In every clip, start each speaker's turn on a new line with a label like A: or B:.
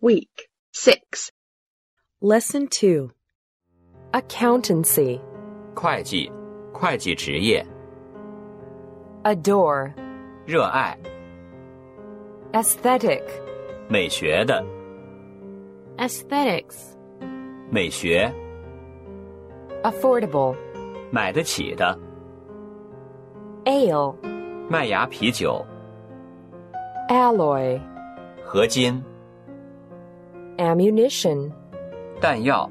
A: Week 6.
B: Lesson 2 Accountancy
C: 会计，会计职业，
B: Adore
C: 热爱
B: Aesthetic
C: 美学的
B: Aesthetics
C: 美学，
B: Affordable
C: 买得起的
B: Ale
C: 麦芽啤酒，
B: Alloy
C: 合金
B: Ammunition
C: 弹药，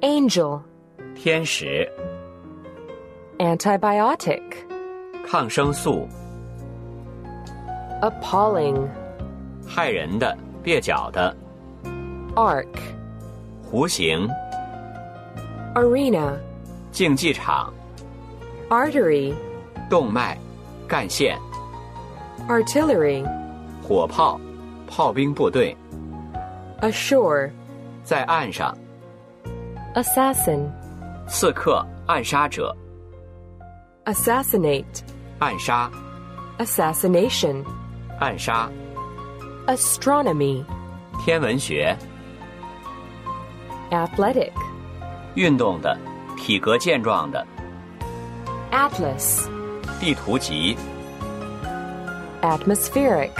B: Angel
C: 天使
B: Antibiotic
C: 抗生素，
B: Appalling
C: 害人的蹩脚的
B: Arc
C: 弧形
B: Arena
C: 竞技场
B: Artery
C: 动脉干线
B: Artillery
C: 火炮炮兵部队
B: Ashore
C: 在岸上
B: Assassin
C: 刺客暗杀者
B: Assassinate
C: 暗杀
B: Assassination
C: 暗杀
B: Astronomy
C: 天文学
B: Athletic
C: 运动的体格健壮的
B: Atlas
C: 地图集
B: Atmospheric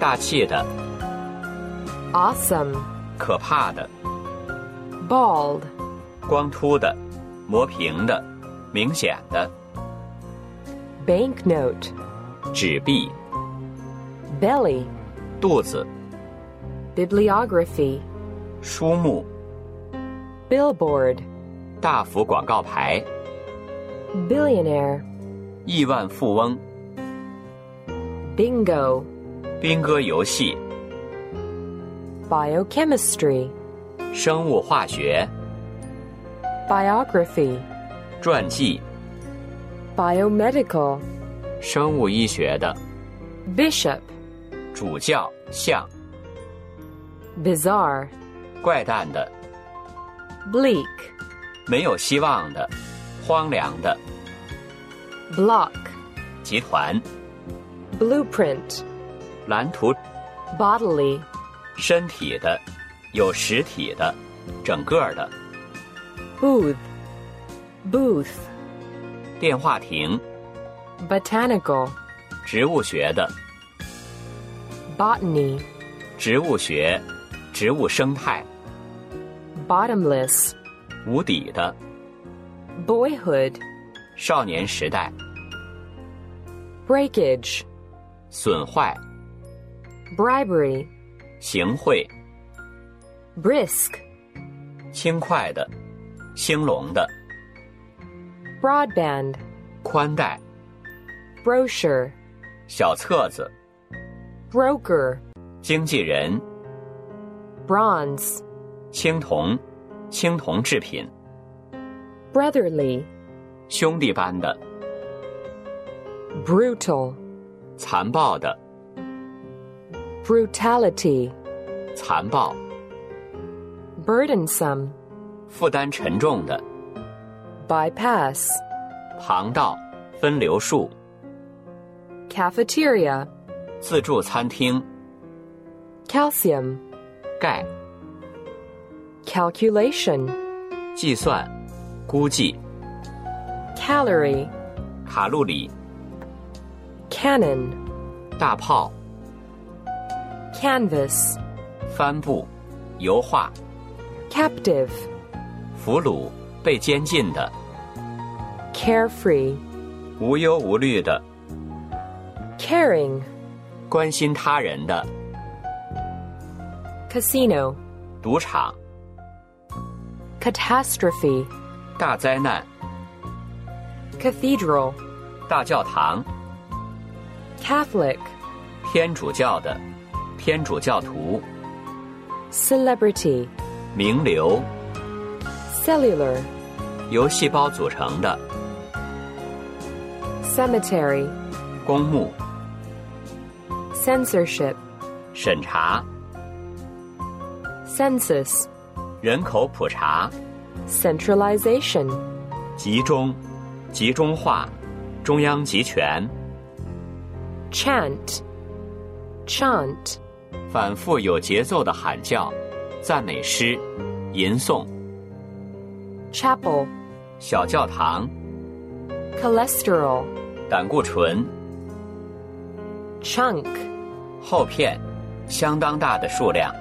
C: 大气的
B: Awesome
C: 可怕的
B: Bald
C: 光秃的磨平的明显的
B: Banknote
C: 纸币
B: Belly
C: 肚子
B: Bibliography
C: 书目
B: Billboard
C: 大幅广告牌
B: Billionaire
C: 亿万富翁
B: Bingo
C: 兵哥游戏
B: Biochemistry
C: 生物化学
B: Biography
C: 传记
B: Biomedical
C: 生物医学的
B: Bishop
C: 主教像
B: Bizarre
C: 怪诞的
B: Bleak
C: 没有希望的荒凉的
B: Block
C: 集团
B: Blueprint
C: 蓝图
B: Bodily
C: 身体的有实体的整个的
B: Booth Booth
C: 电话亭
B: Botanical
C: 植物学的
B: Botany
C: 植物学植物生态
B: Bottomless
C: 无底的
B: Boyhood
C: 少年时代
B: Breakage
C: 损坏
B: Bribery
C: 行贿
B: Brisk
C: 轻快的兴隆的
B: Broadband
C: 宽带
B: Brochure
C: 小册子
B: Broker
C: 经纪人
B: Bronze
C: 青铜青铜制品
B: Brotherly
C: 兄弟般的
B: Brutal
C: 残暴的
B: Brutality
C: 残暴
B: Burdensome
C: 负担沉重的
B: Bypass
C: 旁道分流术
B: Cafeteria
C: 自助餐厅
B: Calcium
C: 钙
B: Calculation
C: 计算估计
B: Calorie
C: 卡路里
B: Cannon
C: 大炮
B: Canvas
C: 帆布油画
B: Captive
C: 俘虏被监禁的
B: Carefree
C: 无忧无虑的
B: Caring
C: 关心他人的
B: Casino
C: 赌场
B: Catastrophe
C: 大灾难
B: Cathedral
C: 大教堂
B: Catholic
C: 天主教的天主教徒
B: Celebrity
C: 名流
B: Cellular
C: 由细胞组成的
B: Cemetery
C: 公墓
B: Censorship
C: 审查
B: Census
C: 人口普查
B: Centralization
C: 集中集中化中央集权
B: Chant Chant
C: 反复有节奏的喊叫、赞美诗、吟诵、
B: chapel,
C: 小教堂、
B: cholesterol,
C: 胆固醇、
B: chunk,
C: 厚片，相当大的数量。